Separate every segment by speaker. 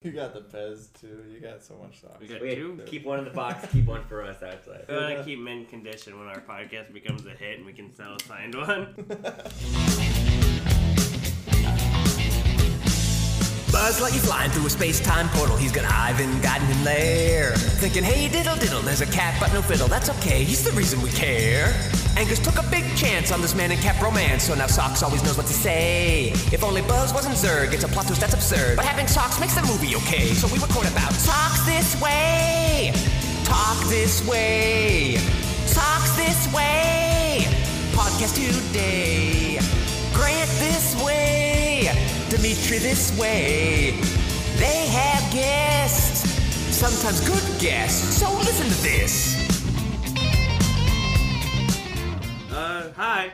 Speaker 1: You got the Pez too. You got so much socks.
Speaker 2: We got
Speaker 3: We
Speaker 2: two.
Speaker 3: keep one in the box, keep one for us outside.
Speaker 2: We want to keep them in condition when our podcast becomes a hit and we can sell a signed one.
Speaker 4: Buzz like he's flying through a space-time portal. He's got Ivan gotten in there. Thinking, hey, diddle diddle, there's a cat but no fiddle. That's okay, he's the reason we care. Angus took a big chance on this man and cap romance, so now Socks always knows what to say. If only Buzz wasn't Zerg, it's a plot twist that's absurd. But having Socks makes the movie okay, so we record about Socks this way, talk this way, Socks this way, podcast today. Grant this way, Dimitri this way. They have guests, sometimes good guests. So listen to this.
Speaker 2: Uh, hi.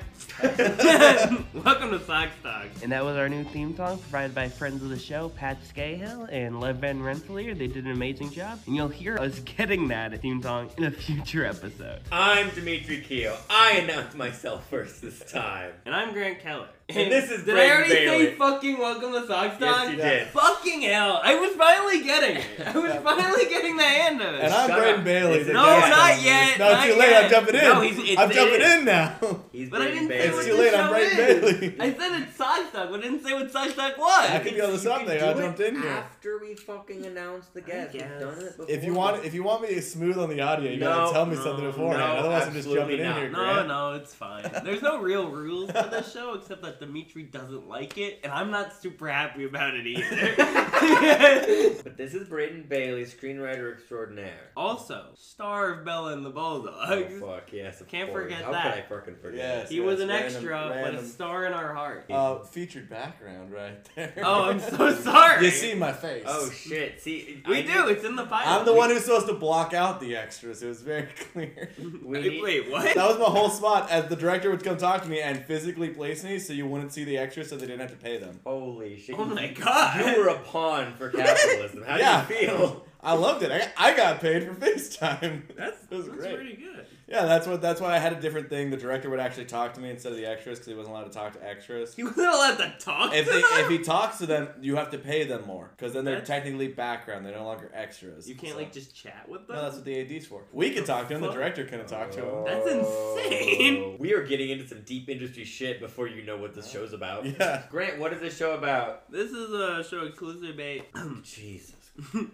Speaker 2: Welcome to Sock Talk. And that was our new theme song provided by friends of the show, Pat Scahill and Lev Van Rensselaer. They did an amazing job, and you'll hear us getting that theme song in a future episode.
Speaker 3: I'm Dimitri Keo. I announced myself first this time.
Speaker 2: And I'm Grant Keller.
Speaker 3: And this is
Speaker 2: Did I
Speaker 3: Brayden
Speaker 2: already say
Speaker 3: Bailey.
Speaker 2: fucking welcome to Sock Talk?
Speaker 3: Yes, you did.
Speaker 2: Fucking hell. I was finally getting it. I was finally getting the hand of it.
Speaker 1: And I'm
Speaker 3: Shut
Speaker 1: Braden
Speaker 3: up.
Speaker 1: Bailey.
Speaker 3: It's
Speaker 1: the
Speaker 3: not-
Speaker 1: guest
Speaker 3: no,
Speaker 1: on
Speaker 3: not
Speaker 1: this.
Speaker 2: yet,
Speaker 1: No, it's
Speaker 2: not
Speaker 1: too late.
Speaker 2: yet.
Speaker 1: I'm jumping in.
Speaker 2: No, he's- it's-
Speaker 1: I'm
Speaker 2: it
Speaker 1: jumping
Speaker 2: is.
Speaker 1: in now.
Speaker 3: He's
Speaker 2: But I didn't
Speaker 3: Brayden
Speaker 2: say
Speaker 3: Bailey.
Speaker 1: It's
Speaker 2: what
Speaker 1: too late.
Speaker 2: the
Speaker 1: I'm
Speaker 2: show
Speaker 1: Braden
Speaker 2: is.
Speaker 1: Bailey.
Speaker 2: I said it's Sock Talk, but I didn't say what Sock Talk was.
Speaker 1: I could be on the
Speaker 3: You
Speaker 1: sub there.
Speaker 3: do
Speaker 1: I
Speaker 3: it
Speaker 1: jumped in here.
Speaker 3: After we fucking announced the guest. We've
Speaker 2: guess.
Speaker 3: done it before.
Speaker 1: If you want, if you want me to smooth on the audio, you gotta
Speaker 3: No,
Speaker 1: tell me
Speaker 2: no,
Speaker 1: something beforehand.
Speaker 3: no,
Speaker 1: Otherwise, I'm just
Speaker 3: absolutely
Speaker 1: jumping in
Speaker 3: not.
Speaker 1: here.
Speaker 2: No,
Speaker 1: Grant.
Speaker 2: no, it's fine. There's no real rules to this show except that Dimitri doesn't like it, and I'm not super happy about it either.
Speaker 3: But this is Braden Bailey, screenwriter extraordinaire.
Speaker 2: also, star of Bella and the
Speaker 3: Oh,
Speaker 2: Bulldogs.
Speaker 3: fuck, yes. of
Speaker 2: Can't
Speaker 3: course.
Speaker 2: forget
Speaker 3: How
Speaker 2: that.
Speaker 3: could I fucking forget?
Speaker 1: Yes.
Speaker 2: he was an
Speaker 1: Random-
Speaker 2: extra, but
Speaker 1: random.
Speaker 2: a star in our heart.
Speaker 1: Uh, featured background right there.
Speaker 2: oh, I'm so sorry.
Speaker 1: You see my face.
Speaker 3: Oh, shit. See,
Speaker 2: we
Speaker 3: I
Speaker 2: do.
Speaker 3: knew-
Speaker 2: It's in the pilot.
Speaker 1: I'm the one who's supposed to block out the extras. It was very clear.
Speaker 3: We-
Speaker 2: Wait, wait, what?
Speaker 1: That was my whole spot. As the director would come talk to me and physically place me, so you wouldn't see the extras, so they didn't have to pay them.
Speaker 3: Holy shit.
Speaker 2: Oh my god.
Speaker 3: You were a pawn for capitalism. How
Speaker 1: Yeah.
Speaker 3: do you feel?
Speaker 1: I loved it. I, I got paid for FaceTime.
Speaker 2: that's
Speaker 1: It was
Speaker 2: that's
Speaker 1: great.
Speaker 2: pretty good.
Speaker 1: Yeah, that's what. That's why I had a different thing. The director would actually talk to me instead of the extras because he wasn't allowed to talk to extras.
Speaker 2: He wasn't allowed to talk.
Speaker 1: If,
Speaker 2: to
Speaker 1: they,
Speaker 2: them?
Speaker 1: if he talks to them, you have to pay them more because then they're
Speaker 2: That's-
Speaker 1: technically background. They're no longer extras.
Speaker 2: you can't
Speaker 1: So-
Speaker 2: like just chat with them.
Speaker 1: No, that's what the AD's for. We could talk to him. The
Speaker 2: Fuck.
Speaker 1: director couldn't talk to him.
Speaker 2: That's insane.
Speaker 3: Oh. We are getting into some deep industry shit before you know what this show's about.
Speaker 1: Yeah.
Speaker 3: Grant, what is this show about?
Speaker 2: this is a show exclusive, babe.
Speaker 3: Jesus.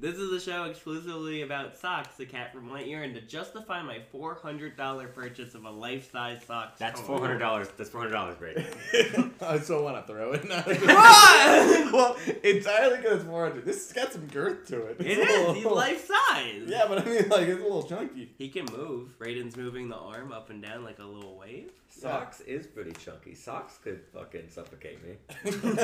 Speaker 2: this is a show exclusively about socks, the cat from Lightyear, and to justify my four hundred dollar purchase of a life size sock.
Speaker 3: That's
Speaker 2: cone.
Speaker 3: four hundred dollars. That's four hundred dollars, Brady.
Speaker 1: I still want to throw it. No.
Speaker 2: What?
Speaker 1: well, entirely because it's 400. This has got some girth to it.
Speaker 2: It
Speaker 1: It's a
Speaker 2: is.
Speaker 1: little-
Speaker 2: He's life size.
Speaker 1: Yeah, but I mean, like, it's a little chunky.
Speaker 2: He can move. Raiden's moving the arm up and down like a little wave.
Speaker 3: Socks is pretty chunky. Socks could fucking suffocate me.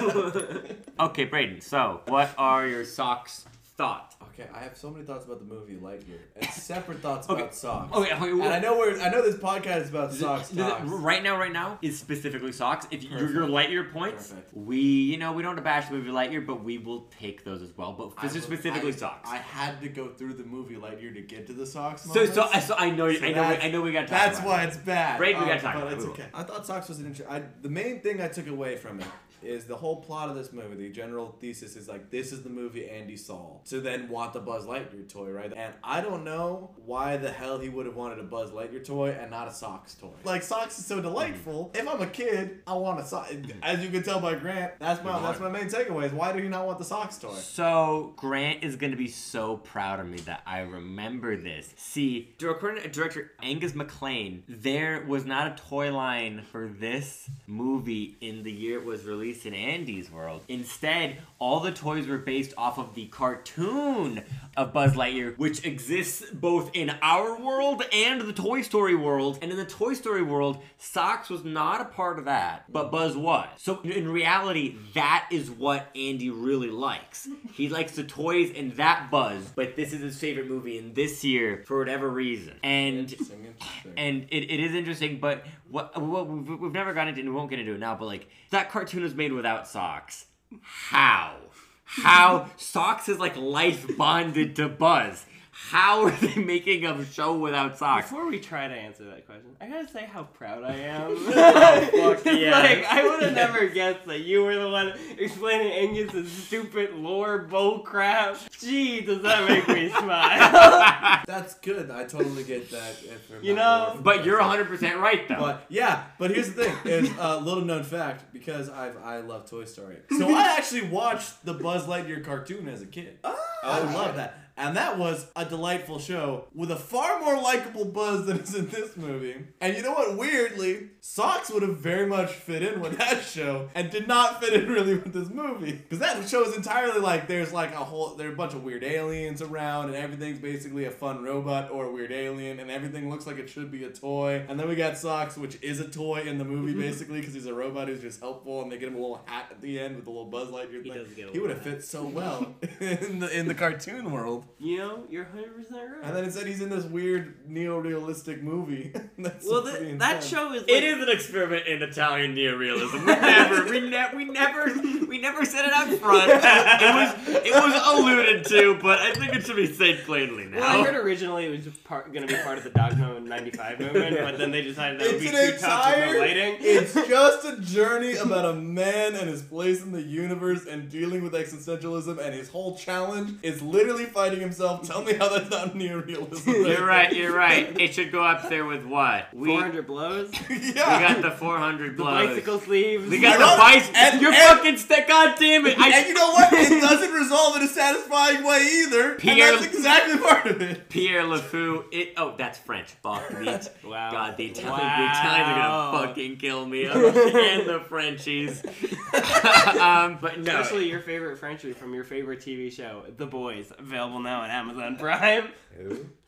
Speaker 2: That's
Speaker 3: Okay, Braden. So, what are your socks thought?
Speaker 1: Okay, I have so many thoughts about the movie Lightyear and separate thoughts
Speaker 3: Okay.
Speaker 1: about socks.
Speaker 3: Okay, okay,
Speaker 1: and
Speaker 3: well-
Speaker 1: I know we're I know this podcast is about socks.
Speaker 3: Th- th-
Speaker 1: Socks.
Speaker 3: Right now, right now is specifically socks. If you, your, your
Speaker 1: Perfect.
Speaker 3: Lightyear points,
Speaker 1: Perfect.
Speaker 3: we you know we don't bash the movie Lightyear, but we will take those as well. But
Speaker 1: I
Speaker 3: this is
Speaker 1: was-
Speaker 3: specifically
Speaker 1: I-
Speaker 3: socks.
Speaker 1: I had to go through the movie Lightyear to get to the socks.
Speaker 3: so, so,
Speaker 1: moments.
Speaker 3: I- so I know,
Speaker 1: So
Speaker 3: I know,
Speaker 1: that's-
Speaker 3: I know we got. to talk
Speaker 1: That's
Speaker 3: about
Speaker 1: why
Speaker 3: it.
Speaker 1: it's bad. Um,
Speaker 3: Brayden, we gotta talk
Speaker 1: but
Speaker 3: about it.
Speaker 1: it's
Speaker 3: We will.
Speaker 1: okay. I thought Socks was an interesting. I, the main thing I took away from it is the whole plot of this movie. The general thesis is like this is the movie Andy saw to then want the Buzz Lightyear toy, right? And I don't know why the hell he would have wanted a Buzz Lightyear toy and not a Socks toy. Like Socks is so delightful. If I'm a kid, I want a sock. As you can tell by Grant, that's my that's my main takeaway. Is why did he not want the Socks toy?
Speaker 5: So Grant is gonna be so proud of me that I remember this. See, dir- according to director Angus MacLean, there was not a toy line for this movie in the year it was released in Andy's World. Instead, all the toys were based off of the cartoon of Buzz Lightyear, which exists both in our world and the Toy Story world. And in the Toy Story world, Socks was not a part of that, but Buzz was. So in reality, that is what Andy really likes. He likes the toys and that Buzz, but this is his favorite movie in this year for whatever reason. And
Speaker 1: Interesting, interesting.
Speaker 5: and it, it is interesting, but what, what we've, we've never gotten into, and we won't get into it now, but like that cartoon was made without socks. How? How? socks is like life bonded to Buzz. How are they making a show without socks?
Speaker 2: Before we try to answer that question, I gotta say how proud I am.
Speaker 5: fuck yes.
Speaker 2: Like I would have never guessed that you were the one explaining Angus's stupid lore bull crap. Gee, does that make me smile?
Speaker 1: That's good. I totally get that. If we're
Speaker 2: You
Speaker 1: not-
Speaker 2: know,
Speaker 5: But you're 100% right, though.
Speaker 1: But yeah, but here's the thing: is a little known fact because I've I love Toy Story, so I actually watched the Buzz Lightyear cartoon as a kid. I love that, and that was a delightful show with a far more likable Buzz than is in this movie. And you know what? Weirdly, socks would have very much fit in with that show, and did not fit in really with this movie because that show is entirely like there's like a whole there are a bunch of weird aliens around, and everything's basically a fun robot or a weird alien, and everything looks like it should be a toy. And then we got Socks, which is a toy in the movie
Speaker 2: Mm-hmm.
Speaker 1: basically because he's a robot who's just helpful, and they get him a little hat at the end with a little Buzz Lightyear
Speaker 2: He
Speaker 1: thing.
Speaker 2: does get a
Speaker 1: he would have
Speaker 2: little
Speaker 1: fit so well in the in the cartoon world.
Speaker 2: you know, you're 100 percent right.
Speaker 1: And then instead he's in this weird neo-realistic movie. That's
Speaker 2: well,
Speaker 1: pretty
Speaker 2: th- that
Speaker 1: intense.
Speaker 2: show is. Like,
Speaker 5: It is an experiment in Italian neorealism. We never, we, ne- we never, we never said it up front. It was, it was alluded to, but I think it should be said plainly now.
Speaker 2: Well, I heard originally it was just part, gonna be part of the Dogma '95 movement, but then they decided that
Speaker 1: It's
Speaker 2: would be
Speaker 1: an
Speaker 2: too tough with
Speaker 1: entire-
Speaker 2: no lighting.
Speaker 1: It's just a journey about a man and his place in the universe and dealing with existentialism, and his whole challenge is literally fighting himself. Tell me how that's not neorealism.
Speaker 5: You're right. You're right. It should go up there with what we, we
Speaker 2: 400 blows, the
Speaker 1: yeah.
Speaker 5: got the 400 blows.
Speaker 2: bicycle sleeves.
Speaker 5: We got
Speaker 1: I love-
Speaker 5: the bicycle.
Speaker 1: and-
Speaker 5: you're
Speaker 1: and-
Speaker 5: fucking stuck. God damn it!
Speaker 1: and
Speaker 5: I,
Speaker 1: you know what? It doesn't resolve in a satisfying way either.
Speaker 5: Pierre-
Speaker 1: And that's exactly part of it.
Speaker 5: Pierre LeFou. It. Oh, that's French. Fuck the
Speaker 2: Wow.
Speaker 5: God, the Italians, the
Speaker 2: Wow.
Speaker 5: Italians are gonna fucking kill me. I'm- and the Frenchies. um, but no.
Speaker 2: Especially your favorite Frenchie from your favorite TV show, The Boys, available now on Amazon Prime.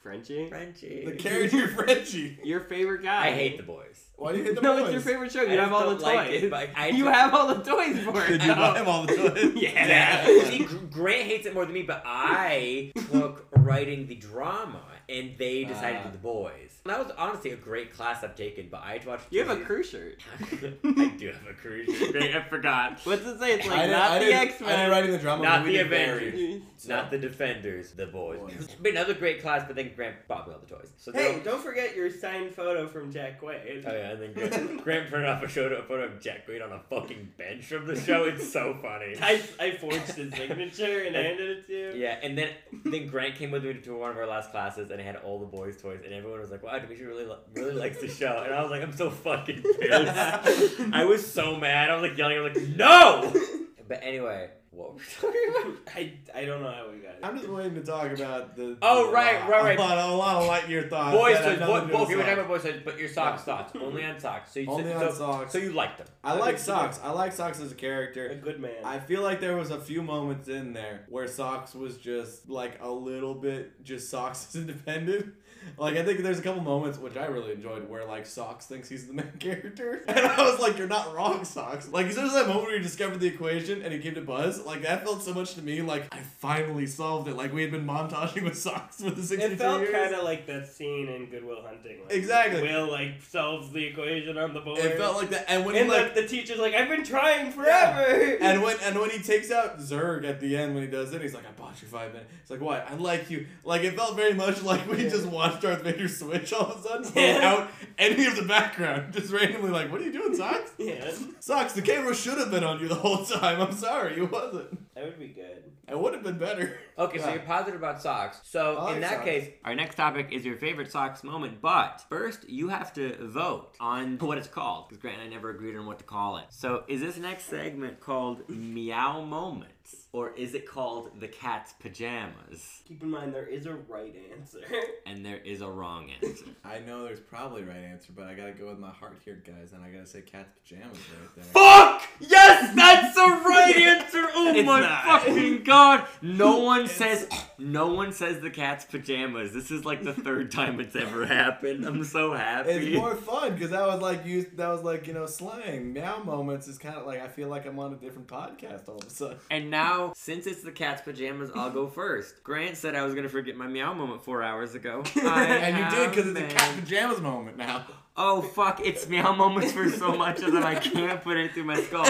Speaker 2: Frenchie,
Speaker 1: The
Speaker 5: Frenchies.
Speaker 1: character Frenchie.
Speaker 2: your favorite guy.
Speaker 3: I hate the boys.
Speaker 1: Why do you hit the
Speaker 2: No,
Speaker 1: boys?
Speaker 2: it's your favorite show.
Speaker 3: I
Speaker 2: You
Speaker 3: just
Speaker 2: have all the
Speaker 3: don't
Speaker 2: toys.
Speaker 3: like it, but I
Speaker 2: you
Speaker 3: just-
Speaker 2: have all the toys for it.
Speaker 1: Did you
Speaker 2: now.
Speaker 1: buy him all the time?
Speaker 2: Yeah.
Speaker 3: See, Gr- Grant hates it more than me, but I took writing the drama, and they decided to
Speaker 2: Ah.
Speaker 3: do the boys. That was honestly a great class I've taken, but I watched.
Speaker 2: You have a crew shirt.
Speaker 3: I do have a crew.
Speaker 5: Great, I forgot.
Speaker 2: What's it say? It's
Speaker 1: I
Speaker 2: like
Speaker 1: didn't-
Speaker 2: not
Speaker 1: I
Speaker 2: the
Speaker 1: didn't-
Speaker 2: X
Speaker 1: I didn't
Speaker 2: Men.
Speaker 1: write in the drama.
Speaker 3: Not
Speaker 1: we
Speaker 3: the
Speaker 1: did
Speaker 3: Avengers.
Speaker 1: Barry. So-
Speaker 3: Not the defenders, the boys.
Speaker 1: Boys.
Speaker 3: But another great class, but then Grant bought me all the toys. So
Speaker 2: Hey,
Speaker 3: they're-
Speaker 2: don't forget your signed photo from Jack Quaid.
Speaker 3: Oh yeah, and then Grant, Grant printed off a photo, a photo of Jack Wade on a fucking bench from the show. It's so funny.
Speaker 2: I, I forged his signature and I handed it to you.
Speaker 3: Yeah, and then then Grant came with me to one of our last classes, and I had all the boys' toys, and everyone was like, "Wow, Dimitri really lo- really likes the show," and I was like, "I'm so fucking pissed." I was so mad. I was like yelling. I was like, "No!" But anyway, what were we talking about?
Speaker 2: I, I don't know how we got it.
Speaker 1: I'm just waiting to talk about the.
Speaker 3: Oh,
Speaker 1: the-
Speaker 3: right, right, right.
Speaker 1: A lot, a lot of Lightyear thoughts.
Speaker 3: Boys'
Speaker 1: that
Speaker 3: toys.
Speaker 1: have
Speaker 3: Boy,
Speaker 1: nothing to do
Speaker 3: boy,
Speaker 1: with
Speaker 3: okay, we're talking
Speaker 1: socks.
Speaker 3: about boys' toys, but your socks, socks, only on socks. So you
Speaker 1: Only
Speaker 3: so,
Speaker 1: on
Speaker 3: so,
Speaker 1: socks.
Speaker 3: So you liked them.
Speaker 1: I like socks. I like socks as a character.
Speaker 2: A good man.
Speaker 1: I feel like there was a few moments in there where Socks was just like a little bit just Socks is independent. Like I think there's a couple moments which I really enjoyed where like Socks thinks he's the main character, and I was like, "You're not wrong, Socks." Like there's that moment where he discovered the equation and he gave it to Buzz. Like that felt so much to me. Like I finally solved it. Like we had been montaging with Socks for the 62
Speaker 2: it felt
Speaker 1: years.
Speaker 2: kind of like that scene in Goodwill Hunting. Like,
Speaker 1: Exactly.
Speaker 2: Will like solves the equation on the board.
Speaker 1: It felt like that, and when
Speaker 2: and
Speaker 1: he like
Speaker 2: like the teacher's like, I've been trying forever.
Speaker 1: And when and when he takes out Zerg at the end when he does it, he's like, I bought you five minutes. It's like, what? I like you. Like it felt very much like we just watched Darth Vader switch all of a sudden without any of the background. Just randomly like, What are you doing, Socks?
Speaker 2: yeah,
Speaker 1: Socks, the camera should have been on you the whole time. I'm sorry, it wasn't.
Speaker 2: that would be good.
Speaker 1: It would have been better.
Speaker 3: Okay, so
Speaker 1: Yeah.
Speaker 3: you're positive about socks. So
Speaker 1: I like
Speaker 3: in that
Speaker 1: socks.
Speaker 3: case,
Speaker 5: Our next topic is your favorite socks moment, but first you have to vote on what it's called because Grant and I never agreed on what to call it. So is this next segment called Meow Moments or is it called The Cat's Pajamas?
Speaker 2: Keep in mind there is a right answer.
Speaker 5: And there is a wrong answer.
Speaker 1: I know there's probably right answer, but I gotta go with my heart here, guys, and I gotta say cat's pajamas right there.
Speaker 5: Fuck! Yes, that's the right answer. Oh
Speaker 2: It's
Speaker 5: my
Speaker 2: not.
Speaker 5: fucking god! No one says, no one says the cat's pajamas. This is like the third time it's ever happened. I'm so happy.
Speaker 1: It's more fun because that was like used. That was like you know slang. Meow moments is kind of like I feel like I'm on a different podcast all of a sudden.
Speaker 5: And now, since it's the cat's pajamas, I'll go first. Grant said I was gonna forget my meow moment four hours ago. I
Speaker 1: And you did because it's a
Speaker 5: haven't.
Speaker 1: cat pajamas moment now.
Speaker 5: Oh fuck! It's meow moments for so much of them I can't put it through my skull.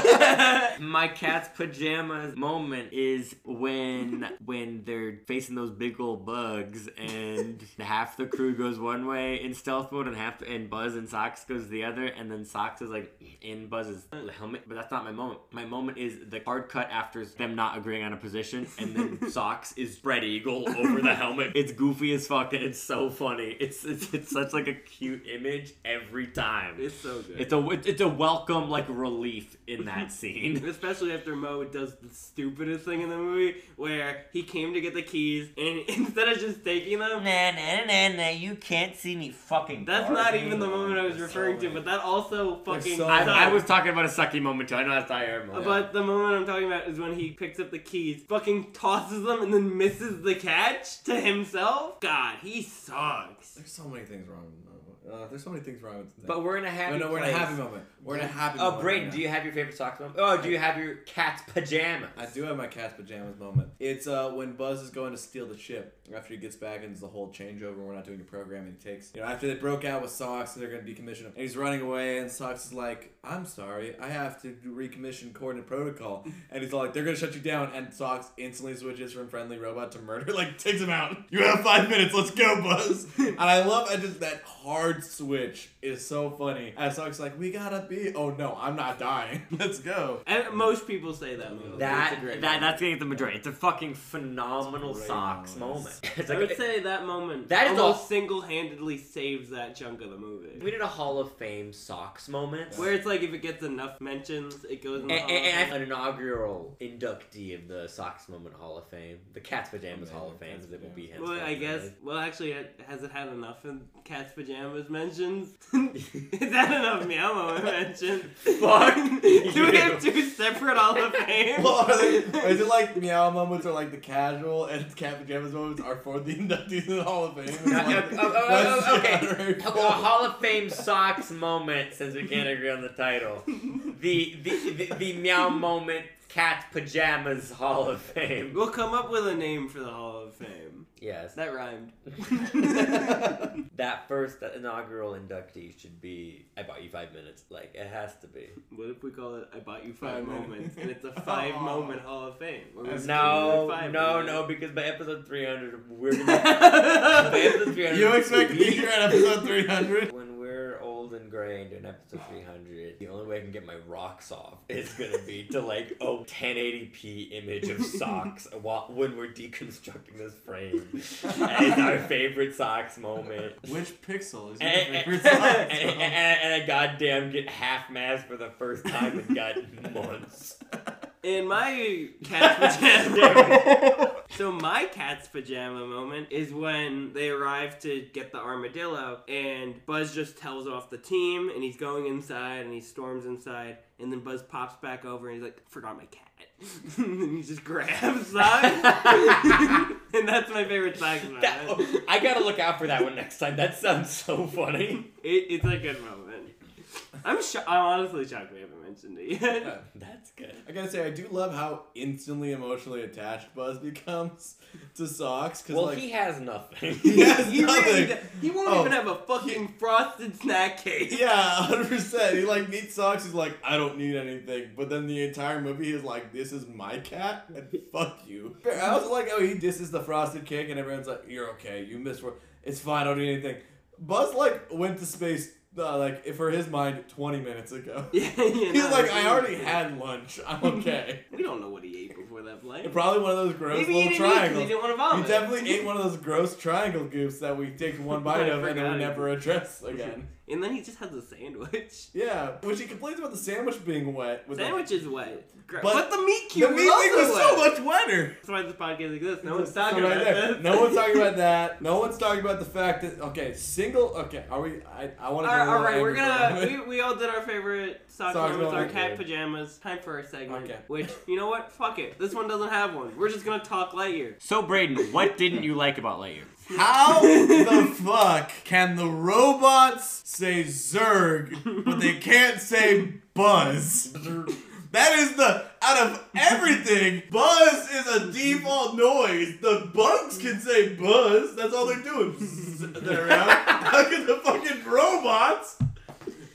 Speaker 5: my cat's pajamas moment is when when their facing those big old bugs, and half the crew goes one way in stealth mode, and half and Buzz and Socks goes the other, and then Socks is like in Buzz's helmet. But that's not my moment. My moment is the hard cut after them not agreeing on a position, and then Socks is spread eagle over the helmet. It's goofy as fuck, and it's so funny. It's it's, it's such like a cute image every time.
Speaker 2: It's so good.
Speaker 5: It's a it's a welcome like relief in that scene.
Speaker 2: Especially after Mo does the stupidest thing in the movie, where he came to get the keys, and instead of just taking them,
Speaker 3: Nah, nah, nah, nah, nah, you can't see me fucking.
Speaker 2: that's not
Speaker 3: barking.
Speaker 2: even the moment I was
Speaker 3: It's so
Speaker 2: referring to.
Speaker 3: weird.
Speaker 2: But that also fucking.
Speaker 1: so
Speaker 2: sucked.
Speaker 5: I, I was talking about a sucky moment too. I know that's not your moment.
Speaker 2: But the moment I'm talking about is when he picks up the keys, fucking tosses them, and then misses the catch to himself. God, he sucks.
Speaker 1: There's so many things wrong with the moment. Uh, there's so many things wrong with the
Speaker 3: But we're in a happy.
Speaker 1: Oh, No, no, we're in a
Speaker 3: place.
Speaker 1: happy moment. We're in a happy moment.
Speaker 3: Oh, Brayden,
Speaker 1: right
Speaker 3: do you
Speaker 1: now.
Speaker 3: have your favorite socks moment? Oh, do you have your cat's pajamas?
Speaker 1: I do have my cat's pajamas moment. It's uh when Buzz is going to steal the ship after he gets back and it's the whole changeover. We're not doing a program and he takes you know after they broke out with Socks and they're going to decommission him and he's running away and Socks is like I'm sorry I have to do recommission coordinate protocol and he's all like they're going to shut you down and Socks instantly switches from friendly robot to murder like takes him out. You have five minutes. Let's go, Buzz. and I love I just that hard switch is so funny. And Socks is like we gotta be. Oh no, I'm not dying. Let's go.
Speaker 2: And most people say that. Lou.
Speaker 5: that,
Speaker 2: It's a great
Speaker 5: that
Speaker 2: moment.
Speaker 5: that's gonna get the majority. It's a fucking phenomenal
Speaker 1: It's a great
Speaker 5: socks
Speaker 1: moment.
Speaker 5: moment. It's
Speaker 2: I would
Speaker 5: like
Speaker 2: say that moment
Speaker 5: That is
Speaker 2: almost
Speaker 5: all-
Speaker 2: single-handedly saves that chunk of the movie.
Speaker 5: we did a Hall of Fame socks moment.
Speaker 2: Where it's like if it gets enough mentions, it goes in the
Speaker 5: And,
Speaker 2: Hall
Speaker 5: and,
Speaker 2: of
Speaker 5: and
Speaker 2: Fame.
Speaker 5: an inaugural inductee of the Socks Moment Hall of Fame, the Cat's Pajamas Hall of Fame,
Speaker 1: Cat's
Speaker 5: that will be him.
Speaker 2: Well, I guess. Well, actually, it- has it had enough in cat's pajamas mentions? Is that enough meow moment mentions?
Speaker 5: Fuck
Speaker 2: Do we
Speaker 5: you.
Speaker 2: have two separate Hall of Fame?
Speaker 1: Well, are they, is it like meow moments or like the casual and cat pajamas moments are for the inductees in the Hall of Fame? and
Speaker 5: Uh,
Speaker 1: one-
Speaker 5: uh, oh, oh, oh,
Speaker 1: one's the honorary
Speaker 5: okay. A
Speaker 1: poll?
Speaker 5: Hall of Fame socks moment, since we can't agree on the title. The the, the, the meow moment cat pajamas Hall of Fame.
Speaker 2: We'll come up with a name for the Hall of Fame.
Speaker 5: Yes, that,
Speaker 2: That rhymed.
Speaker 5: that first inaugural inductee should be. I bought you five minutes. Like it has to be.
Speaker 2: what if we call it "I Bought You Five
Speaker 1: Five minutes.
Speaker 2: Moments" and it's a five-moment Hall of Fame? where we
Speaker 1: That's
Speaker 2: just
Speaker 5: No,
Speaker 2: give you
Speaker 5: no,
Speaker 2: five
Speaker 5: no, because by episode 300, we're gonna. by
Speaker 2: minutes.
Speaker 5: episode 300,
Speaker 1: You expect me
Speaker 5: we-
Speaker 1: here at episode 300?
Speaker 5: When we're old and gray and doing episode 300, the only way I can get my rocks off is gonna be to like a 1080p image of socks while, when we're deconstructing this frame. And it's our favorite socks moment.
Speaker 1: Which pixel is your
Speaker 5: And, and,
Speaker 1: favorite
Speaker 5: and,
Speaker 1: song?
Speaker 5: and- and I goddamn get half mass for the first time in god months.
Speaker 2: In my cat's pajamas. So my cat's pajama moment is when they arrive to get the armadillo, and Buzz just tells off the team, and he's going inside, and he storms inside, and then Buzz pops back over, and he's like, "Forgot my cat," and he just grabs Socks, and that's my favorite Socks moment.
Speaker 5: That- oh, I gotta look out for that one next time. That sounds so funny.
Speaker 2: It, it's a good moment. I'm sho- I'm honestly shocked we haven't mentioned it yet.
Speaker 5: That's good.
Speaker 1: I gotta say, I do love how instantly emotionally attached Buzz becomes to Socks. Cause
Speaker 5: Well,
Speaker 1: like,
Speaker 5: he has nothing.
Speaker 1: he has
Speaker 2: he really
Speaker 1: nothing.
Speaker 2: d- he won't
Speaker 1: Oh,
Speaker 2: even have a fucking frosted snack cake.
Speaker 1: Yeah, hundred percent. He like meets Socks. He's like, I don't need anything. But then the entire movie is like, this is my cat, and fuck you. I was like, oh, he disses the frosted cake, and everyone's like, you're okay. You missed work. It's fine. I don't need anything. Buzz like went to space. Uh, like if for his mind, twenty minutes ago.
Speaker 2: Yeah, yeah,
Speaker 1: He's
Speaker 2: no,
Speaker 1: like,
Speaker 2: it's
Speaker 1: I
Speaker 2: really
Speaker 1: already
Speaker 2: good.
Speaker 1: had lunch. I'm okay.
Speaker 2: We don't know what he ate before that flight.
Speaker 1: Probably one of those gross
Speaker 2: Maybe he
Speaker 1: little
Speaker 2: didn't eat 'cause
Speaker 1: triangles.
Speaker 2: he didn't want to vomit.
Speaker 1: He definitely ate one of those gross triangle goofs that we take one bite
Speaker 2: I
Speaker 1: of and then
Speaker 2: forgot
Speaker 1: we
Speaker 2: he
Speaker 1: never address again.
Speaker 2: And then he just has a sandwich.
Speaker 1: Yeah, which he complains about the sandwich being wet. With
Speaker 2: Sandwich is wet. But,
Speaker 1: But
Speaker 2: but the meat
Speaker 1: The, the
Speaker 2: cube
Speaker 1: meat
Speaker 2: was
Speaker 1: thing
Speaker 2: also
Speaker 1: was
Speaker 2: wet.
Speaker 1: so much wetter.
Speaker 2: That's why this podcast exists. No one's talking
Speaker 1: So right
Speaker 2: about
Speaker 1: there.
Speaker 2: this.
Speaker 1: No one's talking about that. No one's talking about the fact that okay, single. Okay, are we? I, I want
Speaker 2: All
Speaker 1: to.
Speaker 2: right, all right, we're gonna. We, we all did our favorite sock
Speaker 1: Socks
Speaker 2: moments, our
Speaker 1: moment.
Speaker 2: cat pajamas. Time for our segment.
Speaker 1: Okay.
Speaker 2: Which you know what? Fuck it. This one doesn't have one. We're just gonna talk Lightyear.
Speaker 5: So, Braden, what didn't you like about Lightyear?
Speaker 1: How the fuck can the robots say Zerg, but they can't say Buzz? That is the out of everything, Buzz is a default noise. The bugs can say Buzz. That's all they're doing. Bzzz, They're out. How can the fucking robots?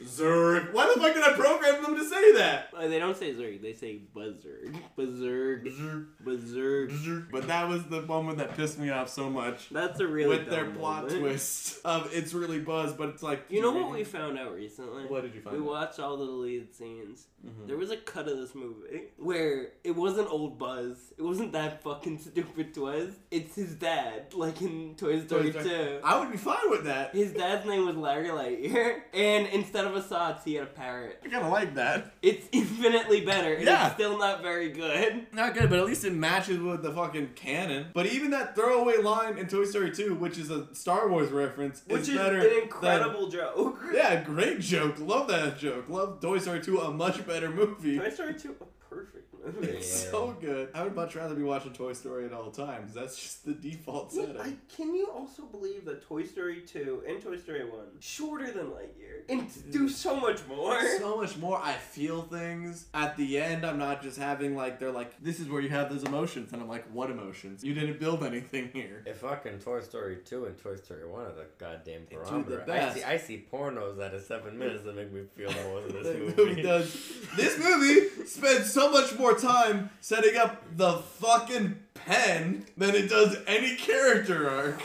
Speaker 1: Zerg. Why the fuck did I program them to say that?
Speaker 2: Uh, they don't say Zerg, they say Buzzerg. Buzzerg. Buzzerg.
Speaker 1: But that was the moment that pissed me off so much.
Speaker 2: That's a really
Speaker 1: with their
Speaker 2: dumb
Speaker 1: plot
Speaker 2: moment.
Speaker 1: twist of it's really Buzz, but it's like
Speaker 2: You know what we found out recently?
Speaker 1: What did you find
Speaker 2: We
Speaker 1: out? Mm-hmm.
Speaker 2: watched all the deleted scenes. There was a cut of this movie where it wasn't old Buzz. It wasn't that fucking stupid Twas. It's his dad, like in Toy Story 2.
Speaker 1: I would be fine with that.
Speaker 2: His dad's name was Larry Lightyear, and instead of a socks, he had a parrot.
Speaker 1: I kind of like that.
Speaker 2: It's infinitely better, and
Speaker 1: Yeah.
Speaker 2: it's still not very good.
Speaker 1: Not good, but at least it matches with the fucking canon. But even that throwaway line in Toy Story 2, which is a Star Wars reference,
Speaker 2: Which is
Speaker 1: better
Speaker 2: an incredible joke.
Speaker 1: Than, yeah, great joke. Love that joke. Love Toy Story 2, a much better movie.
Speaker 2: Toy Story 2, a perfect movie.
Speaker 1: It's so good. I would much rather be watching Toy Story at all times. That's just the default
Speaker 2: Well, I,
Speaker 1: setting.
Speaker 2: can you also believe that Toy Story 2 and Toy Story 1 shorter than Lightyear and do so much more?
Speaker 1: so much more. I feel things. At the end, I'm not just having like they're like, this is where you have those emotions, and I'm like, what emotions? You didn't build anything here.
Speaker 5: If fucking Toy Story 2 and Toy Story 1 are the goddamn
Speaker 1: the
Speaker 5: barometer, I,
Speaker 1: best.
Speaker 5: see, I see pornos out of seven minutes that make me feel more than this
Speaker 1: That
Speaker 5: movie.
Speaker 1: movie does. This movie spends so much more time setting up the fucking pen than it does any character arc.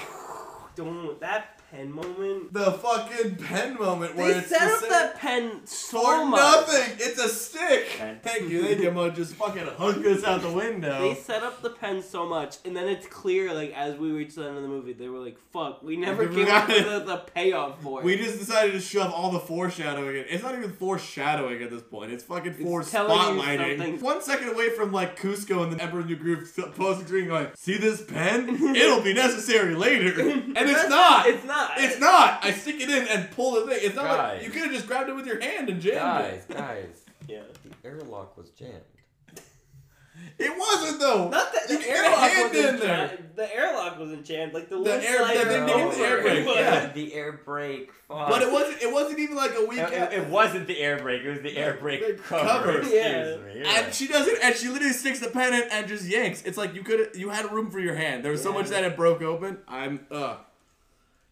Speaker 2: Don't that pen moment.
Speaker 1: The fucking pen moment where
Speaker 2: They
Speaker 1: it's
Speaker 2: set
Speaker 1: the
Speaker 2: up
Speaker 1: same-
Speaker 2: that pen so
Speaker 1: for
Speaker 2: much.
Speaker 1: nothing. It's a stick.
Speaker 5: Pen.
Speaker 1: Thank you, thank you. I'm gonna just fucking hunk this out the window.
Speaker 2: They set up the pen so much, and then it's clear, like, as we reach the end of the movie, they were like, fuck, we never
Speaker 1: We
Speaker 2: came up
Speaker 1: forgot
Speaker 2: with
Speaker 1: it.
Speaker 2: the, the payoff for it.
Speaker 1: We just decided to shove all the foreshadowing in. It's not even foreshadowing at this point. It's fucking for
Speaker 2: telling you
Speaker 1: spotlighting.
Speaker 2: something.
Speaker 1: One second away from like Cusco and the Emperor New Groove s- posting screen going, see this pen? It'll be necessary later. And it's
Speaker 2: That's-
Speaker 1: not.
Speaker 2: It's not.
Speaker 1: It's not. I stick it in and pull the thing. It's not like
Speaker 5: Guys.
Speaker 1: you could have just grabbed it with your hand and jammed
Speaker 5: Guys, guys,
Speaker 2: Yeah.
Speaker 5: the airlock was jammed.
Speaker 1: it. It wasn't though.
Speaker 2: Not that
Speaker 1: You
Speaker 2: the
Speaker 1: could get a
Speaker 2: airlock
Speaker 1: hand
Speaker 2: was
Speaker 1: in
Speaker 2: in
Speaker 1: there.
Speaker 2: The airlock was jammed. Like the,
Speaker 1: The
Speaker 2: little
Speaker 1: air-
Speaker 2: slider
Speaker 1: the thing to
Speaker 2: over.
Speaker 1: get the air brake,
Speaker 2: But-
Speaker 1: yeah.
Speaker 5: The air brake. Fuck.
Speaker 1: But it wasn't. It wasn't even like a week.
Speaker 5: It,
Speaker 1: after-
Speaker 5: it- it wasn't the air brake. It was the air brake
Speaker 1: The
Speaker 5: cover.
Speaker 1: cover.
Speaker 5: Excuse
Speaker 2: Yeah.
Speaker 5: me. you're
Speaker 1: And
Speaker 5: right.
Speaker 1: she does it, and she literally sticks the pen in and just yanks. It's like you could, you had room for your hand. There was so much that it broke open. I'm, uh.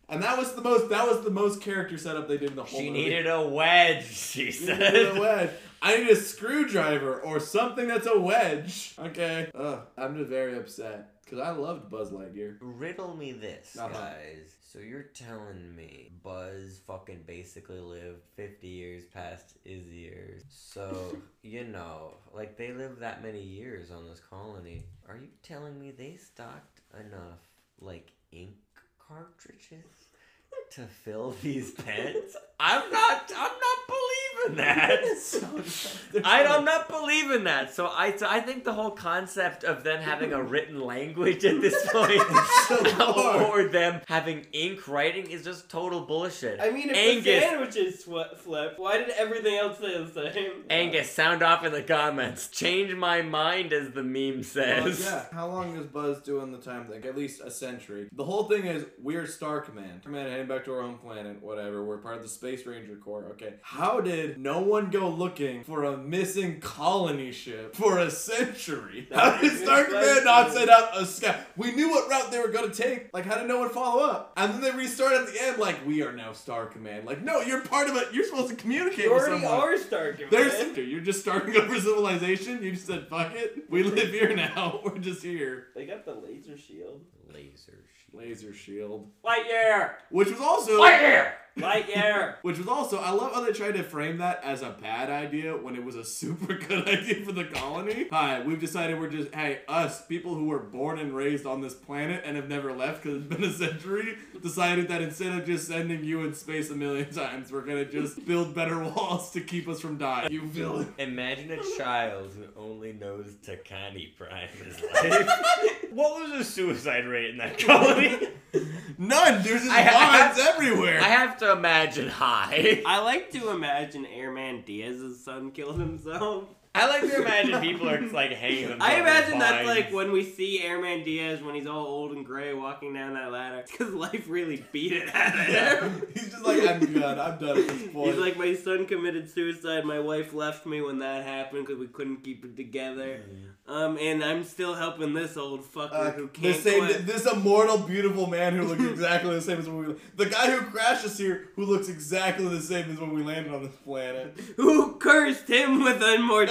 Speaker 1: And that was the most. That was the most character setup they did in the whole.
Speaker 5: She
Speaker 1: movie.
Speaker 5: needed a wedge. She
Speaker 1: She needed a
Speaker 5: said.
Speaker 1: wedge. I need a screwdriver or something that's a wedge. Okay. Uh, I'm just very upset because I loved Buzz Lightyear.
Speaker 5: Riddle me this,
Speaker 1: Uh-huh.
Speaker 5: guys. So you're telling me Buzz fucking basically lived 50 years past his years. So, you know, like they lived that many years on this colony. Are you telling me they stocked enough, like, ink cartridges? To fill these pens, I'm not. I'm not believing that. I, I'm not believing that. So I, so I think the whole concept of them having a written language at this point, or them having ink writing, is just total bullshit.
Speaker 2: I mean, if the
Speaker 5: Angus,
Speaker 2: sandwiches sw- flipped, why did everything else stay the same?
Speaker 5: Angus, sound off in the comments. Change my mind, as the meme
Speaker 1: Well,
Speaker 5: says.
Speaker 1: yeah. How long does Buzz do in the time thing? At least a century. The whole thing is we're Star Command. Command heading back to our home planet, whatever. We're part of the Space Ranger Corps. Okay. How did no one go looking for a missing colony ship for a century? How did
Speaker 2: That's a
Speaker 1: Star
Speaker 2: good
Speaker 1: Command not set
Speaker 2: question.
Speaker 1: up a scout? We knew what route they were gonna take. Like, how did no one follow up? And then they restart at the end, like, we are now Star Command. Like, no, you're part of it. You're supposed to communicate
Speaker 2: You
Speaker 1: with
Speaker 2: already
Speaker 1: someone.
Speaker 2: are Star Command.
Speaker 1: There's, you're just starting over civilization. You just said, "Fuck it, we live here now. We're just here."
Speaker 2: They got the laser shield.
Speaker 5: Laser sheet.
Speaker 1: Laser shield,
Speaker 2: Lightyear!
Speaker 1: which was also,
Speaker 5: Lightyear!
Speaker 2: Lightyear!
Speaker 1: which was also, I love how they tried to frame that as a bad idea when it was a super good idea for the colony. Hi, we've decided we're just, hey, us people who were born and raised on this planet and have never left because it's been a century, decided that instead of just sending you in space a million times, we're gonna just build better walls to keep us from dying. You villain.
Speaker 5: Imagine a child who only knows Takani Prime is life. what was the suicide rate in that colony?
Speaker 1: None. There's just
Speaker 5: I- I-
Speaker 1: bonds everywhere.
Speaker 5: I have to imagine high.
Speaker 2: I like to imagine Airman Diaz's son killed himself.
Speaker 3: I like to imagine people are like hanging them.
Speaker 2: I imagine that's like when we see Airman Diaz when he's all old and gray walking down that ladder. Because life really beat it out of him.
Speaker 1: He's just like, I'm done. I'm done at this point.
Speaker 2: He's like, my son committed suicide. My wife left me when that happened because we couldn't keep it together. Um, and I'm still helping this old fucker
Speaker 1: Uh,
Speaker 2: who
Speaker 1: the
Speaker 2: can't
Speaker 1: same,
Speaker 2: quit.
Speaker 1: this immortal, beautiful man who looks exactly the same as when we. The guy who crashed us here, who looks exactly the same as when we landed on this planet.
Speaker 2: Who cursed him with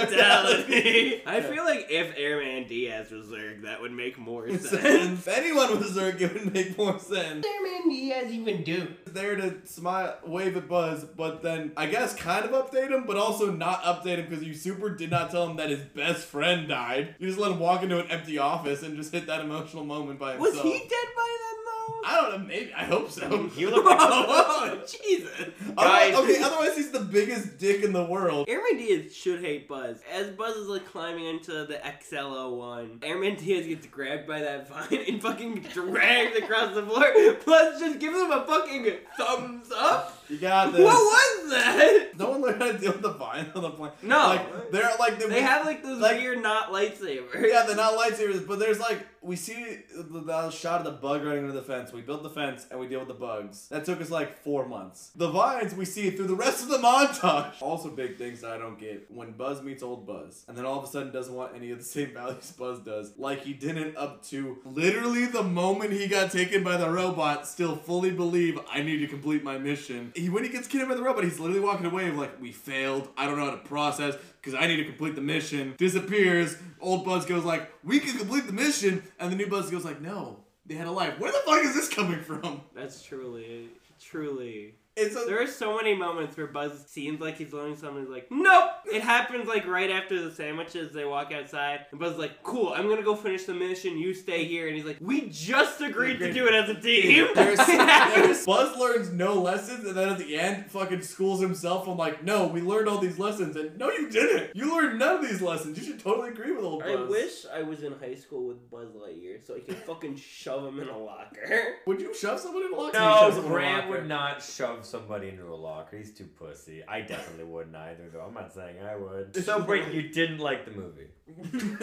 Speaker 2: immortality? I feel like if Airman Diaz was Zerg, that would make more sense.
Speaker 1: if anyone was Zerg, it would make more sense.
Speaker 2: Airman Diaz even do?
Speaker 1: There to smile, wave at Buzz, but then I guess kind of update him, but also not update him because you super did not tell him that his best friend died. You just let him walk into an empty office and just hit that emotional moment by
Speaker 2: Was
Speaker 1: himself.
Speaker 2: he dead by then though?
Speaker 1: I don't know. Maybe I hope so.
Speaker 3: You look like
Speaker 2: oh, Jesus.
Speaker 1: Otherwise-
Speaker 3: Guys.
Speaker 1: okay, otherwise he's the biggest dick in the world.
Speaker 2: Airman Diaz should hate Buzz. As Buzz is like climbing into the XL01, Airman Diaz gets grabbed by that vine and fucking dragged across the floor. Buzz just gives him a fucking thumbs up.
Speaker 1: You got
Speaker 2: What
Speaker 1: this.
Speaker 2: was that?
Speaker 1: No one learned how to deal with the vine on the planet.
Speaker 2: No.
Speaker 1: like they're like
Speaker 2: They have like those
Speaker 1: Like-
Speaker 2: weird not lightsabers.
Speaker 1: Yeah, they're not lightsabers, but there's like we see the, the shot of the bug running into the fence. We build the fence and we deal with the bugs. That took us like four months. The vines we see through the rest of the montage. Also, big things that I don't get when Buzz meets old Buzz, and then all of a sudden doesn't want any of the same values Buzz does, like he didn't up to literally the moment he got taken by the robot. Still fully believe I need to complete my mission. He when he gets kidnapped by the robot, he's literally walking away like we failed. I don't know how to process because I need to complete the mission. Disappears. Old Buzz goes like, we can complete the mission, and the new Buzz goes like, no, they had a life. Where the fuck is this coming from?
Speaker 2: That's truly, truly.
Speaker 1: It's a,
Speaker 2: There are so many moments where Buzz seems like he's learning something. He's like, nope. It happens like right after the sandwiches. They walk outside, and Buzz is like, cool. I'm gonna go finish the mission. You stay here. And he's like, we just agreed to do it as a team.
Speaker 1: there's, there's- Buzz learns no lessons, and then at the end, fucking schools himself. I'm like, no, we learned all these lessons, and no, you didn't. You learned none of these lessons. You should totally agree with old Buzz.
Speaker 2: I wish I was in high school with Buzz Lightyear so I could fucking shove him in a locker.
Speaker 1: Would you shove someone in a locker? You shove
Speaker 3: No,
Speaker 1: someone in a
Speaker 3: Grant
Speaker 1: locker.
Speaker 3: would not shove somebody into a locker. He's too pussy. I definitely wouldn't either, though. I'm not saying I would. So, Brent, you didn't like the movie.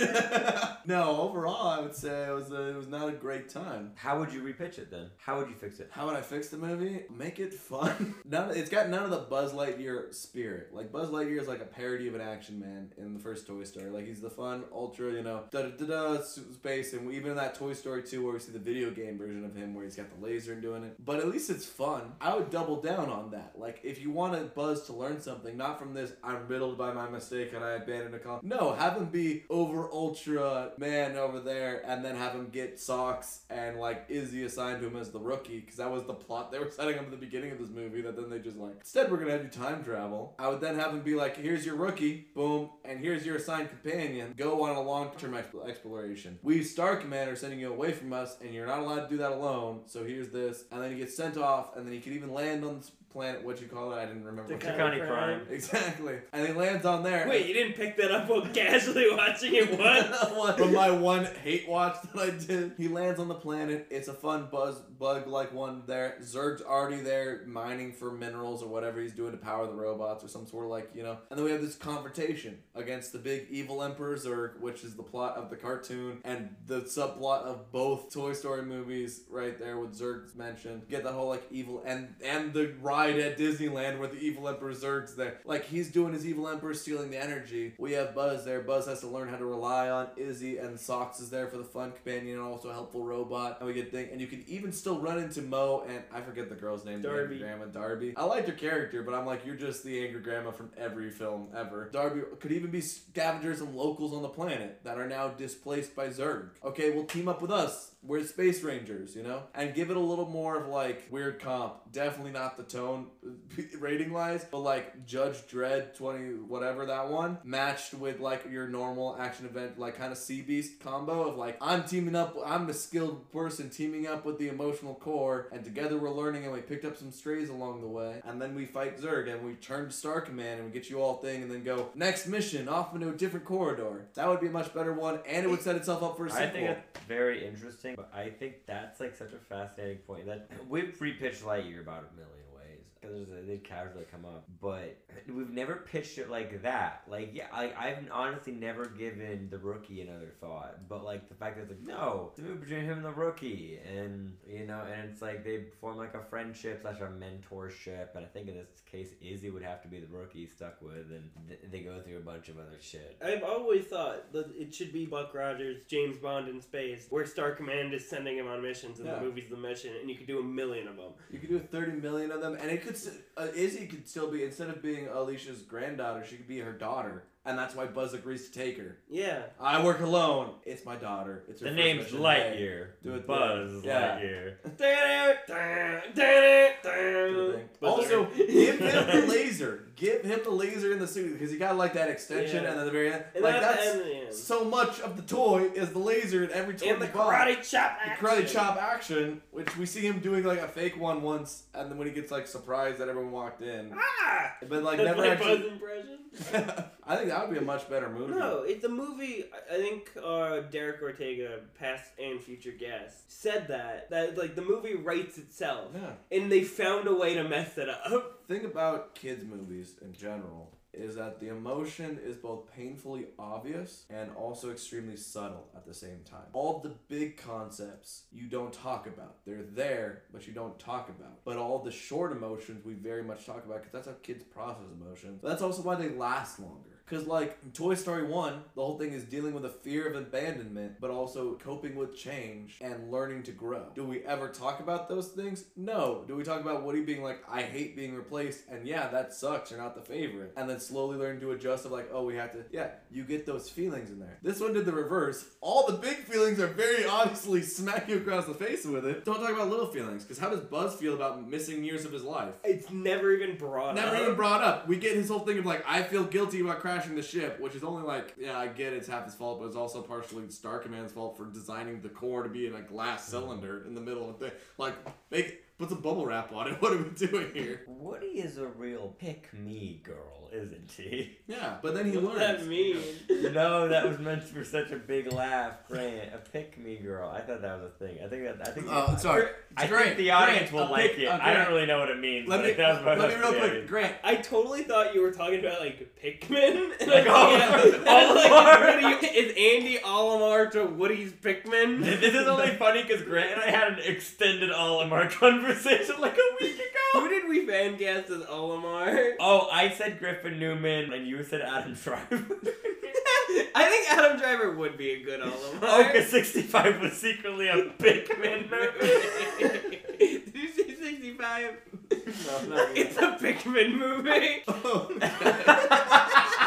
Speaker 1: no, overall, I would say it was a, it was not a great time.
Speaker 3: How would you repitch it then? How would you fix it?
Speaker 1: How would I fix the movie? Make it fun. None. It's got none of the Buzz Lightyear spirit. Like Buzz Lightyear is like a parody of an action man in the first Toy Story. Like he's the fun, ultra, you know, da da da da space, and even in that Toy Story two where we see the video game version of him where he's got the laser and doing it. But at least it's fun. I would double down on that. Like if you wanted Buzz to learn something, not from this. I'm riddled by my mistake and I abandoned a call. No, have him be over ultra man over there, and then have him get socks and like Izzy assigned to him as the rookie because that was the plot they were setting up at the beginning of this movie. That then they just like instead we're gonna have you time travel. I would then have him be like, here's your rookie, boom, and here's your assigned companion. Go on a long term ex- exploration. We Star Command are sending you away from us, and you're not allowed to do that alone. So here's this, and then he gets sent off, and then he could even land on this planet. What you call it? I didn't remember. what you call it.
Speaker 3: County crime.
Speaker 1: Exactly, and he lands on there.
Speaker 2: Wait, you didn't pick that up while casually watching it once?
Speaker 1: From my one hate watch that I did, he lands on the planet. It's a fun buzz bug like one there. Zerg's already there mining for minerals or whatever he's doing to power the robots or some sort of like you know. And then we have this confrontation against the big evil Emperor Zerg, which is the plot of the cartoon and the subplot of both Toy Story movies right there with Zerg's mentioned. Get that whole like evil and and the ride at Disneyland where the evil Emperor Zerg's there. Like he's doing his evil Emperor stealing the energy. We have Buzz there. Buzz has to learn how to rely on Izzy and Socks is there for the fun companion and also a helpful robot. And we get thing and you can even still run into Mo and I forget the girl's name. the
Speaker 2: Darby.
Speaker 1: angry Grandma Darby. I liked her character, but I'm like you're just the angry grandma from every film ever. Darby could even be scavengers and locals on the planet that are now displaced by Zerg. Okay, well team up with us. We're space rangers, you know, and give it a little more of like weird comp. Definitely not the tone rating wise, but like Judge Dredd twenty whatever that one matched with like your normal action event like kind of sea beast combo of like I'm teaming up. I'm a skilled person teaming up with the emotional core, and together we're learning. And we picked up some strays along the way, and then we fight Zerg, and we turn to Star Command, and we get you all thing, and then go next mission off into a different corridor. That would be a much better one, and it would set itself up for a
Speaker 3: I
Speaker 1: sequel.
Speaker 3: think it's very interesting, but I think that's like such a fascinating point that we've repitched Lightyear about a million ways.
Speaker 5: because there's a new character that come up. But we've never pitched it like that. Like, yeah, I, I've honestly never given the rookie another thought. But like the fact that it's like, no, it's a movie between him and the rookie, and you know, and it's like they form like a friendship slash a mentorship. And I think in this case, Izzy would have to be the rookie he's stuck with, and th- they go through a bunch of other shit.
Speaker 2: I've always thought that it should be Buck Rogers, James Bond in space, where Star Command is sending him on missions, and
Speaker 1: Yeah.
Speaker 2: the movie's the mission, and you could do a million of them.
Speaker 1: You could do 30 million of them, and it could. s- Uh, Izzy could still be instead of being Alicia's granddaughter, she could be her daughter, and that's why Buzz agrees to take her.
Speaker 2: Yeah,
Speaker 1: I work alone. It's my daughter. It's her
Speaker 3: The
Speaker 1: first
Speaker 3: name's
Speaker 1: mission. Hey,
Speaker 3: Lightyear.
Speaker 1: Do it
Speaker 3: Buzz
Speaker 1: there.
Speaker 3: Lightyear.
Speaker 1: do the thing.
Speaker 2: But
Speaker 1: also,
Speaker 2: they're-
Speaker 1: give him the laser. Give him the laser in the suit because he got like that extension,
Speaker 2: Yeah.
Speaker 1: and then the very end,
Speaker 2: and
Speaker 1: like
Speaker 2: that's,
Speaker 1: that's
Speaker 2: the end.
Speaker 1: so much of the toy is the laser in every toy.
Speaker 2: and the
Speaker 1: you buy.
Speaker 2: karate chop.
Speaker 1: The
Speaker 2: Action.
Speaker 1: karate chop action, which we see him doing like a fake one once, and then when he gets like surprised that everyone walked in,
Speaker 2: Ah,
Speaker 1: but like
Speaker 2: that's
Speaker 1: never
Speaker 2: my
Speaker 1: actually.
Speaker 2: Buzz impression.
Speaker 1: I think that would be a much better movie.
Speaker 2: No, it's a movie. I- I think uh, Derek Ortega, past and future guest, said that that like the movie writes itself,
Speaker 1: Yeah.
Speaker 2: and they found a way to mess it up.
Speaker 1: Thing about kids movies in general is that the emotion is both painfully obvious and also extremely subtle at the same time. All the big concepts you don't talk about. They're there, but you don't talk about. But all the short emotions we very much talk about because that's how kids process emotions. But that's also why they last longer. Because, like, in Toy Story 1, the whole thing is dealing with a fear of abandonment, but also coping with change and learning to grow. Do we ever talk about those things? No. Do we talk about Woody being like, I hate being replaced, and yeah, that sucks, you're not the favorite? And then slowly learning to adjust, of like, oh, we have to. Yeah, you get those feelings in there. This one did the reverse. All the big feelings are very obviously smack you across the face with it. Don't talk about little feelings, because how does Buzz feel about missing years of his life?
Speaker 2: It's never even brought
Speaker 1: Never
Speaker 2: up.
Speaker 1: even brought up. We get his whole thing of like, I feel guilty about crashing the ship, which is only like, yeah, I get it's half his fault, but it's also partially Star Command's fault for designing the core to be in a glass cylinder in the middle of the like, make put some bubble wrap on it. What are we doing here?
Speaker 5: Woody is a real pick me girl, isn't he?
Speaker 1: Yeah, but then he
Speaker 2: what
Speaker 1: learns.
Speaker 2: does that mean?
Speaker 5: no, that was meant for such a big laugh, Grant. A pick me girl. I thought that was a thing. I think that I think.
Speaker 1: Oh, sorry.
Speaker 5: I
Speaker 1: Grant,
Speaker 5: think the audience
Speaker 1: Grant,
Speaker 5: will
Speaker 1: a
Speaker 5: like
Speaker 1: pick-
Speaker 5: it.
Speaker 1: a
Speaker 5: I
Speaker 1: Grant.
Speaker 5: don't really know what it means.
Speaker 1: Let me
Speaker 5: but I think that was
Speaker 1: let
Speaker 5: what
Speaker 1: me
Speaker 5: I
Speaker 1: real
Speaker 5: was
Speaker 1: quick,
Speaker 5: thinking.
Speaker 1: Grant.
Speaker 2: I totally thought you were talking about like Pikmin. And
Speaker 5: Like,
Speaker 2: I was yeah.
Speaker 5: Olimar.
Speaker 2: I was like,
Speaker 5: Olimar.
Speaker 2: Woody- is Andy Olimar to Woody's Pikmin?
Speaker 5: This is only funny because Grant and I had an extended all of our conversation like a week ago.
Speaker 2: Who did we fancast as Olimar?
Speaker 5: Oh, I said Griffin Newman and you said Adam Driver.
Speaker 2: I think Adam Driver would be a good Olimar.
Speaker 5: oh, because 65 was secretly a big man movie.
Speaker 2: Did you say 65?
Speaker 1: No, no,
Speaker 2: It's a Pikmin movie.
Speaker 1: Oh,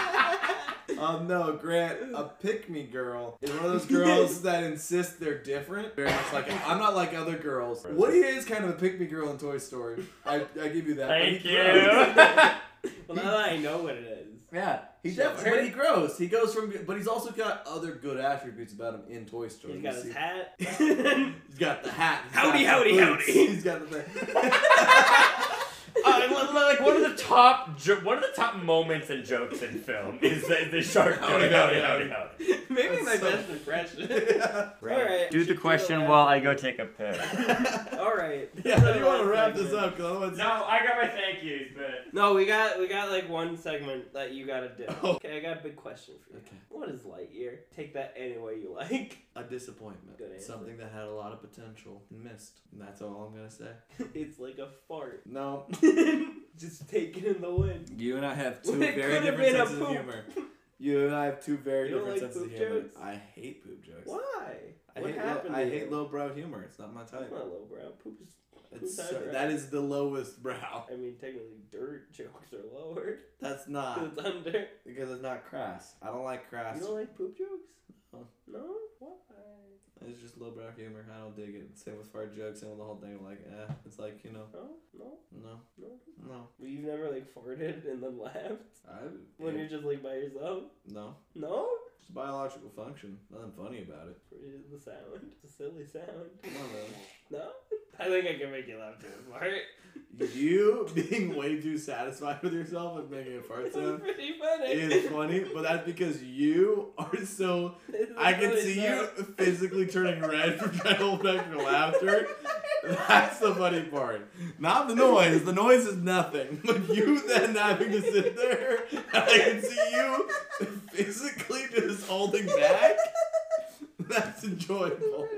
Speaker 1: Um, no, Grant, a pick me girl is one of those girls that insist they're different. Very much like, I'm not like other girls. Woody is kind of a pick me girl in Toy Story. I, I give you that. but
Speaker 5: Thank
Speaker 1: he
Speaker 5: you.
Speaker 1: grows.
Speaker 2: well, now that I know what it is.
Speaker 1: Yeah, he
Speaker 2: Sure.
Speaker 1: definitely, but he grows. He goes from, but he's also got other good attributes about him in Toy Story.
Speaker 2: He's
Speaker 1: You
Speaker 2: got
Speaker 1: see-
Speaker 2: his hat.
Speaker 1: He's got the hat. he's got
Speaker 2: Howdy,
Speaker 1: the
Speaker 2: howdy,
Speaker 1: boots,
Speaker 2: howdy.
Speaker 1: He's got the thing.
Speaker 5: Uh, li- li- like one of the top, jo- one of the top moments and jokes in film is the, the shark.
Speaker 1: Howdy,
Speaker 5: doing
Speaker 1: howdy,
Speaker 5: howdy, howdy, howdy.
Speaker 2: Maybe
Speaker 1: That's
Speaker 2: my
Speaker 1: so-
Speaker 2: best impression. All right.
Speaker 5: Do the question
Speaker 2: last-
Speaker 5: while I go take a piss.
Speaker 2: All right.
Speaker 1: yeah,
Speaker 2: That's
Speaker 1: do you
Speaker 2: our
Speaker 1: want to
Speaker 2: last
Speaker 1: wrap this
Speaker 2: segment.
Speaker 1: up? Because otherwise,
Speaker 5: No, I got my thank yous, but
Speaker 2: No, we got we got like one segment that you gotta do.
Speaker 1: Oh.
Speaker 2: Okay, I got a big question for you.
Speaker 1: Okay.
Speaker 2: What is Lightyear? Take that any way you like.
Speaker 1: a disappointment.
Speaker 2: Good answer.
Speaker 1: Something that had a lot of potential and missed. And that's all I'm gonna say.
Speaker 2: It's like a fart.
Speaker 1: No,
Speaker 2: Just take it in the wind.
Speaker 1: You and I have
Speaker 2: Well,
Speaker 1: two
Speaker 2: it
Speaker 1: very
Speaker 2: could have
Speaker 1: different
Speaker 2: been a
Speaker 1: senses of
Speaker 2: poop.
Speaker 1: humor. You and I have two very
Speaker 2: You don't
Speaker 1: different
Speaker 2: like
Speaker 1: senses of
Speaker 2: poop
Speaker 1: humor.
Speaker 2: jokes?
Speaker 1: I hate poop jokes.
Speaker 2: Why?
Speaker 1: I
Speaker 2: what
Speaker 1: hate
Speaker 2: happened?
Speaker 1: Low, I
Speaker 2: to
Speaker 1: hate
Speaker 2: you?
Speaker 1: lowbrow humor. It's not my
Speaker 2: That's
Speaker 1: type.
Speaker 2: not lowbrow. Poop is.
Speaker 1: It's
Speaker 2: That's
Speaker 1: so-
Speaker 2: right.
Speaker 1: that is the lowest brow.
Speaker 2: I mean, technically, dirt jokes are lower.
Speaker 1: That's not
Speaker 2: It's under.
Speaker 1: because it's not crass. I don't like crass.
Speaker 2: You don't like poop jokes?
Speaker 1: No.
Speaker 2: No? Why?
Speaker 1: It's just lowbrow humor. I don't dig it. Same with fart jokes. Same with the whole thing. Like, eh, it's like you know,
Speaker 2: No? No?
Speaker 1: no,
Speaker 2: No?
Speaker 1: no.
Speaker 2: Well, You've never like farted and then laughed
Speaker 1: I
Speaker 2: when you're just like by yourself?
Speaker 1: no.
Speaker 2: No?
Speaker 1: It's a biological function. Nothing funny about it.
Speaker 2: It's the sound. It's a silly sound.
Speaker 1: Come on, man.
Speaker 2: No? I think I can make you laugh too, Bart.
Speaker 1: You being way too satisfied with yourself and making a fart
Speaker 2: It's
Speaker 1: sound
Speaker 2: pretty funny.
Speaker 1: uh, is funny, but that's because you are so.
Speaker 2: It's a
Speaker 1: I can
Speaker 2: silly
Speaker 1: see
Speaker 2: sound.
Speaker 1: you physically turning red from trying to hold back your laughter. That's the funny part. Not the noise. The noise is nothing. But you then having to sit there, and I can see you physically just holding back. That's enjoyable.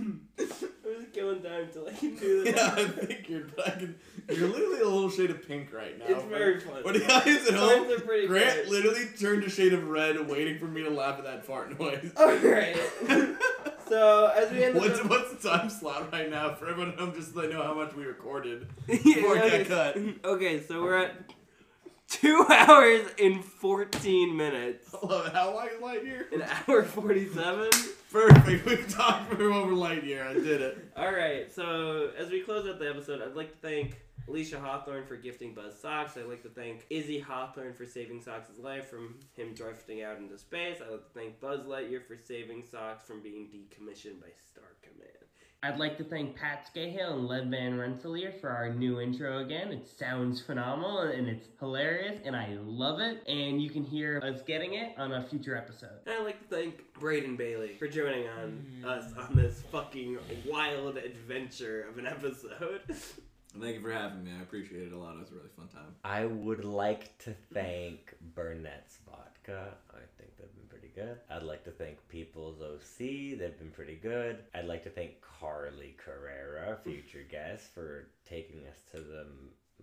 Speaker 2: I'm just killing time till I can do this.
Speaker 1: Yeah, I think you're but I can, You're literally a little shade of pink right now.
Speaker 2: It's very funny.
Speaker 1: When the eyes at home,
Speaker 2: Times are pretty
Speaker 1: Grant
Speaker 2: good.
Speaker 1: literally turned a shade of red, waiting for me to laugh at that fart noise.
Speaker 2: Alright. So, as we end the
Speaker 1: What's, what's the time slot right now for everyone at home just so they know how much we recorded before
Speaker 2: Yeah,
Speaker 1: it
Speaker 2: okay.
Speaker 1: got cut?
Speaker 2: Okay, so we're at two hours and 14 minutes.
Speaker 1: I love it. How long is light year?
Speaker 2: An hour 47?
Speaker 1: Perfect. We've talked for over light year. I did it.
Speaker 2: Alright, so as we close out the episode, I'd like to thank Alicia Hawthorne for gifting Buzz socks. I'd like to thank Izzy Hawthorne for saving Socks' life from him drifting out into space. I'd like to thank Buzz Lightyear for saving Socks from being decommissioned by Star Command. I'd like to thank Pat Scahill and Lev Van Rensselaer for our new intro again. It sounds phenomenal and it's hilarious and I love it. And you can hear us getting it on a future episode. And I'd like to thank Braden Bailey for joining on
Speaker 1: Hmm.
Speaker 2: us on this fucking wild adventure of an episode.
Speaker 1: Thank you for having me. I appreciate it a lot. It was a really fun time.
Speaker 5: I would like to thank Burnett's Vodka. I think they've been pretty good. I'd like to thank People's OC. They've been pretty good. I'd like to thank Carly Carrera, future guest, for taking us to the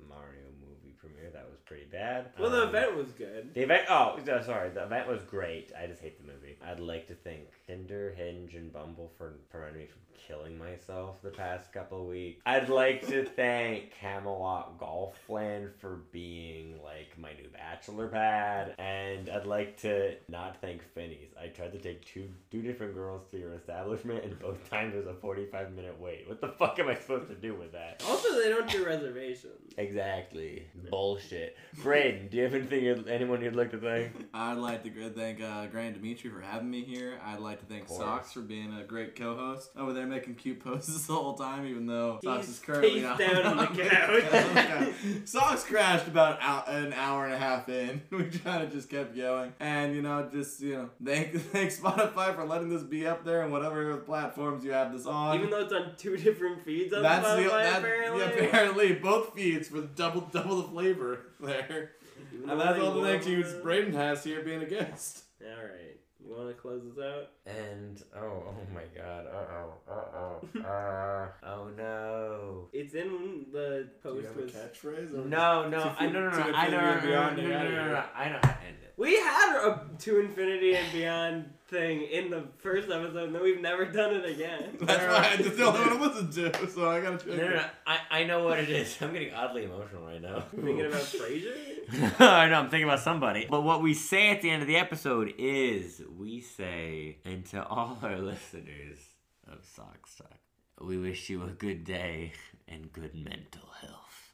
Speaker 5: Mario movie premiere. That was pretty bad.
Speaker 2: Well, the
Speaker 5: Um,
Speaker 2: event was good.
Speaker 5: The event. Oh, no, sorry. The event was great. I just hate the movie. I'd like to thank Tinder, Hinge, and Bumble for preventing me from killing myself the past couple weeks. I'd like to thank Camelot Golfland for being like my new bachelor pad, and I'd like to not thank Finney's. I tried to take two two different girls to your establishment, and both times there's a forty five minute wait. What the fuck am I supposed to do with that?
Speaker 2: Also, they don't do reservations.
Speaker 5: Exactly. Bullshit. Braden, do you have anything you'd, anyone you'd like to thank?
Speaker 1: I'd like to gr- thank uh, Grand Dimitri for having me here. I'd like to thank
Speaker 5: course.
Speaker 1: Socks for being a great co-host over there making cute poses the whole time, even though Socks
Speaker 2: He's
Speaker 1: is currently
Speaker 2: face
Speaker 1: not
Speaker 2: down on the couch.
Speaker 1: Socks crashed about ou- an hour and a half in. We kind of just kept going, and you know, just you know, thank thank Spotify for letting this be up there and whatever platforms you have this on.
Speaker 2: Even though it's on two different feeds on
Speaker 1: that's
Speaker 2: Spotify,
Speaker 1: the that,
Speaker 2: apparently.
Speaker 1: yeah, apparently both feeds for double double the flavor there.
Speaker 2: Even
Speaker 1: And
Speaker 2: though
Speaker 1: that's
Speaker 2: they
Speaker 1: all the thank
Speaker 2: love
Speaker 1: yous
Speaker 2: it.
Speaker 1: Braden has here being a guest.
Speaker 2: All right. You want to close this out?
Speaker 5: And oh, oh my god, uh oh, uh oh, uh, oh no.
Speaker 2: It's in the
Speaker 1: Do
Speaker 2: post.
Speaker 1: you have a
Speaker 2: was-
Speaker 1: catchphrase? or-
Speaker 5: No, no, I no, no,
Speaker 1: To
Speaker 5: no, I know, no,
Speaker 1: infinity
Speaker 5: no,
Speaker 1: and
Speaker 5: no,
Speaker 1: beyond,
Speaker 5: no, no,
Speaker 1: you're
Speaker 5: no,
Speaker 1: out
Speaker 5: no, I know how to end it.
Speaker 2: We had a To Infinity and Beyond thing in the first episode, and then we've never done it again.
Speaker 1: That's why I just don't know what to do, so I gotta check.
Speaker 5: No, no, no, I, I know what it is. I'm getting oddly emotional right now.
Speaker 2: Thinking about Frasier?
Speaker 5: I know, I'm thinking about somebody. But what we say at the end of the episode is we say, and to all our listeners of Sock Sock, we wish you a good day and good mental health.